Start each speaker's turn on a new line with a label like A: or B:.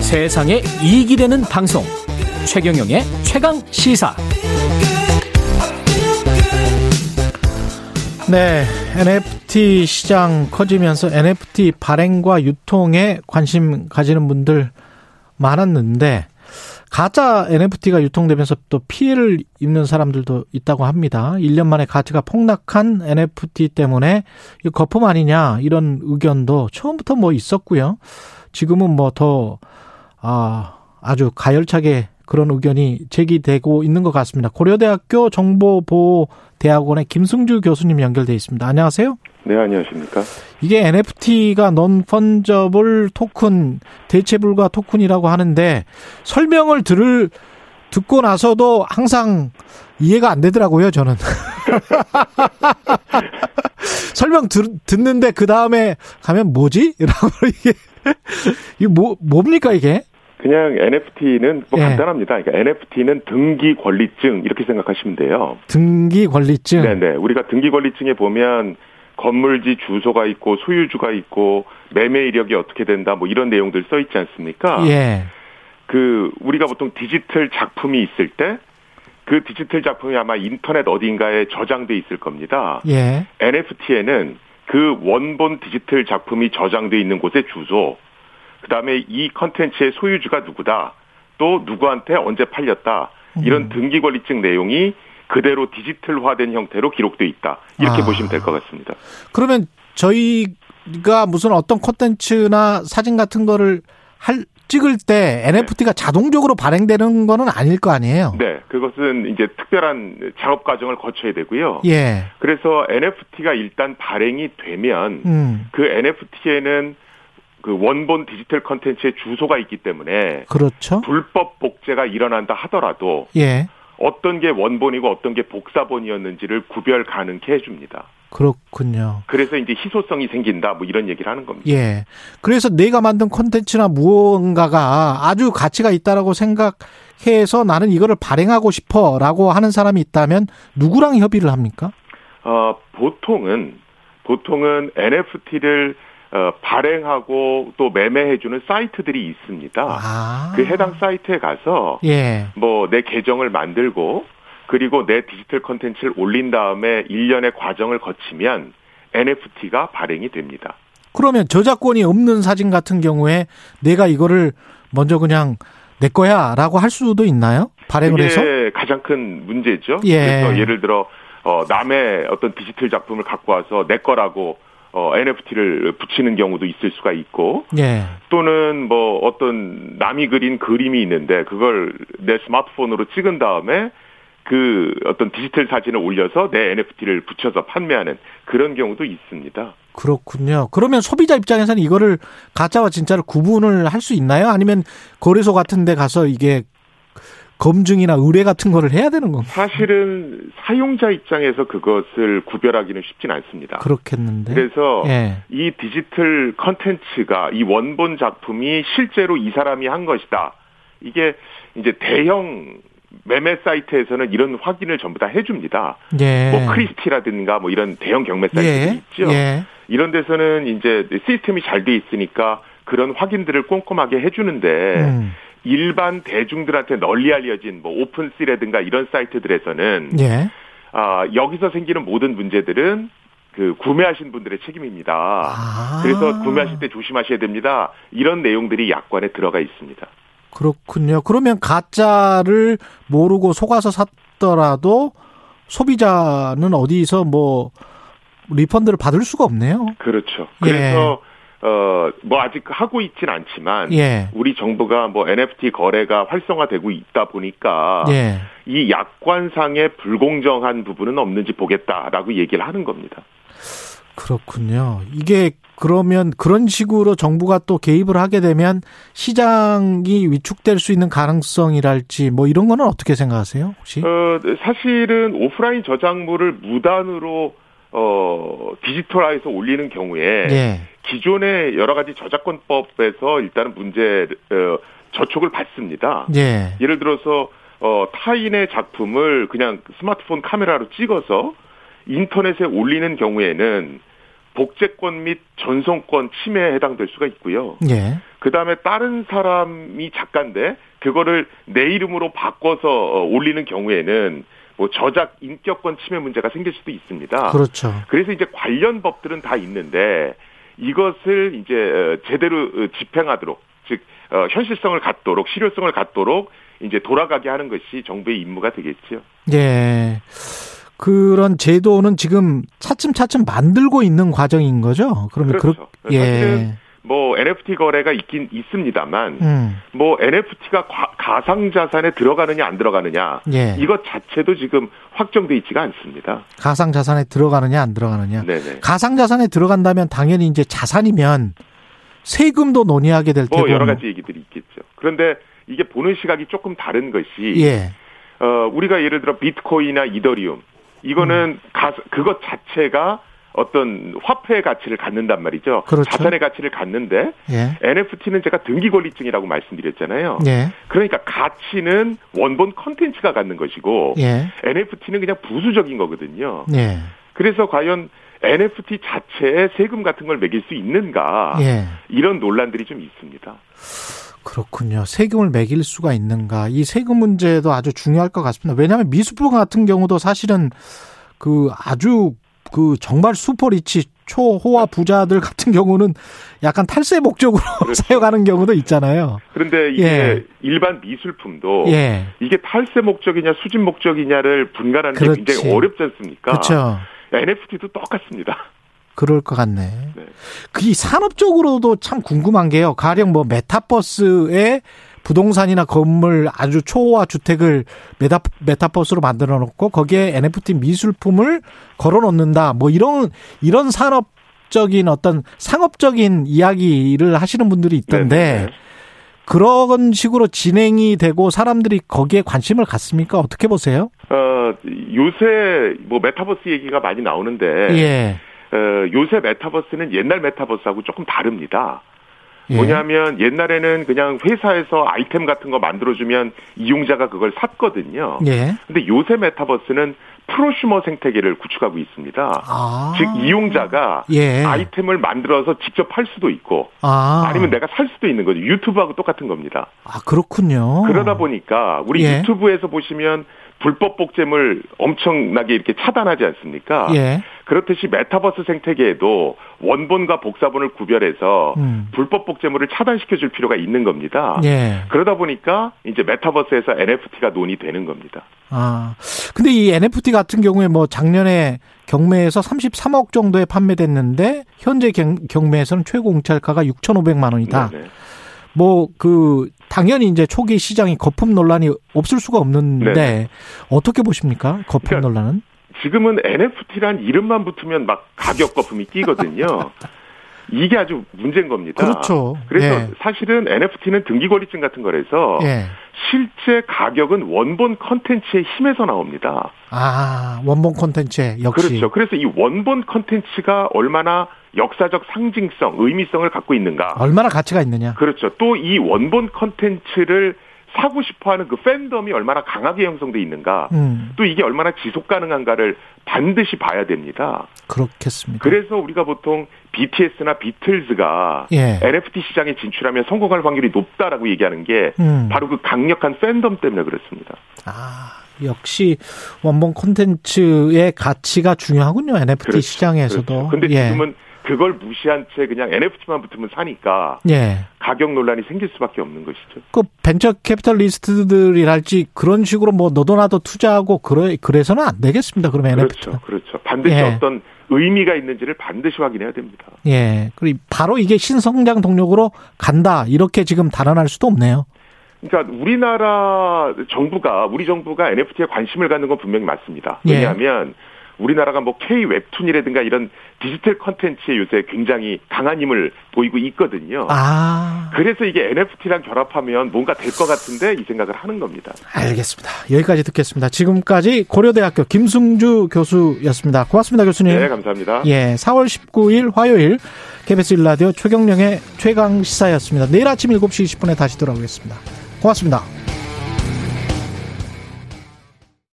A: 세상에 이익이 되는 방송 최경영의 최강 시사
B: 네, NFT 시장 커지면서 NFT 발행과 유통에 관심 가지는 분들 많았는데 가짜 NFT가 유통되면서 또 피해를 입는 사람들도 있다고 합니다. 1년 만에 가치가 폭락한 NFT 때문에 이 거품 아니냐 이런 의견도 처음부터 뭐 있었고요. 지금은 뭐 더 아, 아주 가열차게 그런 의견이 제기되고 있는 것 같습니다. 고려대학교 정보보호대학원의 김승주 교수님 연결돼 있습니다. 안녕하세요.
C: 네, 안녕하십니까.
B: 이게 NFT가 non fungible 토큰 대체불가 토큰이라고 하는데 설명을 들을 듣고 나서도 항상 이해가 안 되더라고요, 저는. 설명 들, 듣는데 그 다음에 가면 뭐지? 라고 이게 이게 뭐 뭡니까 이게?
C: 그냥 NFT는 뭐
B: 예.
C: 간단합니다. 그러니까 NFT는 등기 권리증 이렇게 생각하시면 돼요.
B: 등기 권리증.
C: 네네. 우리가 등기 권리증에 보면 건물지 주소가 있고 소유주가 있고 매매 이력이 어떻게 된다 뭐 이런 내용들 써 있지 않습니까?
B: 예.
C: 그 우리가 보통 디지털 작품이 있을 때 그 디지털 작품이 아마 인터넷 어딘가에 저장돼 있을 겁니다.
B: 예.
C: NFT에는 그 원본 디지털 작품이 저장돼 있는 곳의 주소, 그 다음에 이 컨텐츠의 소유주가 누구다, 또 누구한테 언제 팔렸다, 이런
B: 음.
C: 등기권리증 내용이 그대로 디지털화된 형태로 기록돼 있다. 이렇게
B: 아.
C: 보시면 될 것 같습니다.
B: 그러면 저희가 무슨 어떤 콘텐츠나 사진 같은 거를 할 찍을 때 NFT가 자동적으로 발행되는 거는 아닐 거 아니에요.
C: 네, 그것은 이제 특별한 작업 과정을 거쳐야 되고요.
B: 예.
C: 그래서 NFT가 일단 발행이 되면
B: 음.
C: 그 NFT에는 그 원본 디지털 컨텐츠의 주소가 있기 때문에
B: 그렇죠.
C: 불법 복제가 일어난다 하더라도
B: 예.
C: 어떤 게 원본이고 어떤 게 복사본이었는지를 구별 가능케 해줍니다.
B: 그렇군요.
C: 그래서 이제 희소성이 생긴다, 뭐 이런 얘기를 하는 겁니다.
B: 예. 그래서 내가 만든 콘텐츠나 무언가가 아주 가치가 있다라고 생각해서 나는 이거를 발행하고 싶어라고 하는 사람이 있다면 누구랑 협의를 합니까?
C: 어, 보통은, 보통은 NFT를 어, 발행하고 또 매매해주는 사이트들이 있습니다.
B: 아.
C: 그 해당 사이트에 가서
B: 예.
C: 뭐 내 계정을 만들고 그리고 내 디지털 컨텐츠를 올린 다음에 일련의 과정을 거치면 NFT가 발행이 됩니다.
B: 그러면 저작권이 없는 사진 같은 경우에 내가 이거를 먼저 그냥 내 거야라고 할 수도 있나요? 발행을 해서?
C: 그게 가장 큰 문제죠.
B: 네, 예.
C: 그래서 예를 들어 어, 남의 어떤 디지털 작품을 갖고 와서 내 거라고 NFT를 붙이는 경우도 있을 수가 있고
B: 예.
C: 또는 뭐 어떤 남이 그린 그림이 있는데 그걸 내 스마트폰으로 찍은 다음에 그 어떤 디지털 사진을 올려서 내 NFT를 붙여서 판매하는 그런 경우도 있습니다.
B: 그렇군요. 그러면 소비자 입장에서는 이거를 가짜와 진짜를 구분을 할 수 있나요? 아니면 거래소 같은 데 가서 이게 검증이나 의뢰 같은 거를 해야 되는 건가요?
C: 사실은 사용자 입장에서 그것을 구별하기는 쉽진 않습니다.
B: 그렇겠는데.
C: 그래서
B: 예.
C: 이 디지털 컨텐츠가 이 원본 작품이 실제로 이 사람이 한 것이다. 이게 이제 대형 매매 사이트에서는 이런 확인을 전부 다 해줍니다.
B: 예.
C: 뭐 크리스티라든가 뭐 이런 대형 경매 사이트들이
B: 예.
C: 있죠.
B: 예.
C: 이런 데서는 이제 시스템이 잘 돼 있으니까 그런 확인들을 꼼꼼하게 해주는데
B: 음.
C: 일반 대중들한테 널리 알려진 뭐 오픈씨라든가 이런 사이트들에서는
B: 예.
C: 아, 여기서 생기는 모든 문제들은 그 구매하신 분들의 책임입니다.
B: 아.
C: 그래서 구매하실 때 조심하셔야 됩니다. 이런 내용들이 약관에 들어가 있습니다.
B: 그렇군요. 그러면 가짜를 모르고 속아서 샀더라도 소비자는 어디서 뭐 리펀드를 받을 수가 없네요.
C: 그렇죠. 그래서 어, 뭐 아직 하고 있진 않지만
B: 예.
C: 우리 정부가 뭐 NFT 거래가 활성화되고 있다 보니까
B: 예.
C: 이 약관상의 불공정한 부분은 없는지 보겠다라고 얘기를 하는 겁니다.
B: 그렇군요. 이게 그러면 그런 식으로 정부가 또 개입을 하게 되면 시장이 위축될 수 있는 가능성이랄지 뭐 이런 거는 어떻게 생각하세요? 혹시?
C: 어, 사실은 오프라인 저작물을 무단으로 어, 디지털화해서 올리는 경우에
B: 예.
C: 기존의 여러 가지 저작권법에서 일단은 문제 어, 저촉을 받습니다.
B: 예.
C: 예를 들어서 어, 타인의 작품을 그냥 스마트폰 카메라로 찍어서 인터넷에 올리는 경우에는 복제권 및 전송권 침해에 해당될 수가 있고요.
B: 예.
C: 그 다음에 다른 사람이 작가인데 그거를 내 이름으로 바꿔서 어, 올리는 경우에는 뭐 저작 인격권 침해 문제가 생길 수도 있습니다.
B: 그렇죠.
C: 그래서 이제 관련 법들은 다 있는데 이것을 이제 어, 제대로 어, 집행하도록 즉 어, 현실성을 갖도록 실효성을 갖도록 이제 돌아가게 하는 것이 정부의 임무가 되겠지요.
B: 예. 그런 제도는 지금 차츰차츰 만들고 있는 과정인 거죠? 그러면 그렇
C: 그렇죠.
B: 예.
C: 사실은 뭐 NFT 거래가 있긴 있습니다만
B: 음.
C: 뭐 NFT가 가상 자산에 들어가느냐 안 들어가느냐
B: 예.
C: 이것 자체도 지금 확정돼 있지가 않습니다.
B: 가상 자산에 들어가느냐 안 들어가느냐.
C: 네네.
B: 가상 자산에 들어간다면 당연히 이제 자산이면 세금도 논의하게 될 테고.
C: 뭐 여러 가지 얘기들이 있겠죠. 그런데 이게 보는 시각이 조금 다른 것이
B: 예.
C: 어, 우리가 예를 들어 비트코인이나 이더리움 이거는
B: 음.
C: 가, 그것 자체가 어떤 화폐의 가치를 갖는단 말이죠.
B: 그렇죠.
C: 자산의 가치를 갖는데
B: 예.
C: NFT는 제가 등기 권리증이라고 말씀드렸잖아요.
B: 예.
C: 그러니까 가치는 원본 컨텐츠가 갖는 것이고
B: 예.
C: NFT는 그냥 부수적인 거거든요.
B: 예.
C: 그래서 과연 NFT 자체에 세금 같은 걸 매길 수 있는가
B: 예.
C: 이런 논란들이 좀 있습니다.
B: 그렇군요. 세금을 매길 수가 있는가. 이 세금 문제도 아주 중요할 것 같습니다. 왜냐하면 미수품 같은 경우도 사실은 그 아주 그 정말 슈퍼리치 초호화 부자들 같은 경우는 약간 탈세 목적으로
C: 네. 그렇죠.
B: 사용하는 경우도 있잖아요.
C: 그런데 이게
B: 예.
C: 일반 미술품도
B: 예.
C: 이게 탈세 목적이냐 수집 목적이냐를 분간하는
B: 그렇지.
C: 게 굉장히 어렵지 않습니까?
B: 그렇죠.
C: NFT도 똑같습니다.
B: 그럴 것 같네.
C: 네.
B: 그이 산업적으로도 참 궁금한 게요. 가령 뭐 메타버스에 부동산이나 건물 아주 초호화 주택을 메타, 메타버스로 만들어 놓고 거기에 NFT 미술품을 걸어 놓는다. 뭐 이런 이런 산업적인 어떤 상업적인 이야기를 하시는 분들이 있던데
C: 네, 네.
B: 그런 식으로 진행이 되고 사람들이 거기에 관심을 갖습니까? 어떻게 보세요?
C: 어, 요새 뭐 메타버스 얘기가 많이 나오는데
B: 예.
C: 어, 요새 메타버스는 옛날 메타버스하고 조금 다릅니다.
B: 예.
C: 뭐냐면 옛날에는 그냥 회사에서 아이템 같은 거 만들어주면 이용자가 그걸 샀거든요.
B: 예.
C: 근데 요새 메타버스는 프로슈머 생태계를 구축하고 있습니다.
B: 아.
C: 어, 즉 이용자가
B: 예.
C: 아이템을 만들어서 직접 팔 수도 있고
B: 아.
C: 아니면 내가 살 수도 있는 거죠. 유튜브하고 똑같은 겁니다.
B: 아, 그렇군요.
C: 그러다 보니까 우리
B: 예.
C: 유튜브에서 보시면 불법 복제물 엄청나게 이렇게 차단하지 않습니까?
B: 예.
C: 그렇듯이 메타버스 생태계에도 원본과 복사본을 구별해서
B: 음.
C: 불법 복제물을 차단시켜줄 필요가 있는 겁니다.
B: 예.
C: 그러다 보니까 이제 메타버스에서 NFT가 논의되는 겁니다.
B: 아. 근데 이 NFT 같은 경우에 뭐 작년에 경매에서 33억 정도에 판매됐는데 현재 경, 경매에서는 최고 공찰가가 6,500만 원이다.
C: 네네.
B: 뭐 그 당연히 이제 초기 시장이 거품 논란이 없을 수가 없는데
C: 네네.
B: 어떻게 보십니까? 거품
C: 그러니까
B: 논란은?
C: 지금은 NFT란 이름만 붙으면 막 가격 거품이 뛰거든요. 이게 아주 문제인 겁니다.
B: 그렇죠.
C: 그래서 어.
B: 예.
C: 사실은 NFT는 등기권리증 같은 거라서
B: 예.
C: 실제 가격은 원본 컨텐츠의 힘에서 나옵니다.
B: 아, 원본 콘텐츠에 역시
C: 그렇죠. 그래서 이 원본 컨텐츠가 얼마나 역사적 상징성, 의미성을 갖고 있는가.
B: 얼마나 가치가 있느냐.
C: 그렇죠. 또 이 원본 컨텐츠를 사고 싶어 하는 그 팬덤이 얼마나 강하게 형성돼 있는가.
B: 음.
C: 또 이게 얼마나 지속 가능한가를 반드시 봐야 됩니다.
B: 음. 그렇겠습니다.
C: 그래서 우리가 보통 BTS나 비틀즈가
B: 예.
C: NFT 시장에 진출하면 성공할 확률이 높다라고 얘기하는 게
B: 음.
C: 바로 그 강력한 팬덤 때문에 그렇습니다.
B: 아, 역시 원본 콘텐츠의 가치가 중요하군요. NFT
C: 그렇죠.
B: 시장에서도.
C: 근데
B: 예.
C: 지금은 그걸 무시한 채 그냥 NFT만 붙으면 사니까
B: 예.
C: 가격 논란이 생길 수밖에 없는 것이죠.
B: 그 벤처 캐피탈리스트들이랄지 그런 식으로 뭐 너도 나도 투자하고 그래 그래서는 안 되겠습니다. 그러면 NFT.
C: 그렇죠. 그렇죠. 반드시
B: 예.
C: 어떤 의미가 있는지를 반드시 확인해야 됩니다.
B: 예. 그리고 바로 이게 신성장 동력으로 간다. 이렇게 지금 단언할 수도 없네요.
C: 그러니까 우리나라 정부가 우리 정부가 NFT에 관심을 갖는 건 분명히 맞습니다.
B: 예.
C: 왜냐하면 우리나라가 뭐 K 웹툰이라든가 이런 디지털 컨텐츠에 요새 굉장히 강한 힘을 보이고 있거든요.
B: 아.
C: 그래서 이게 NFT랑 결합하면 뭔가 될 것 같은데 이 생각을 하는 겁니다.
B: 알겠습니다. 여기까지 듣겠습니다. 지금까지 고려대학교 김승주 교수였습니다. 고맙습니다, 교수님.
C: 네, 감사합니다.
B: 예, 4월 19일 화요일 KBS 1라디오 최경령의 최강 시사였습니다. 내일 아침 7시 20분에 다시 돌아오겠습니다. 고맙습니다.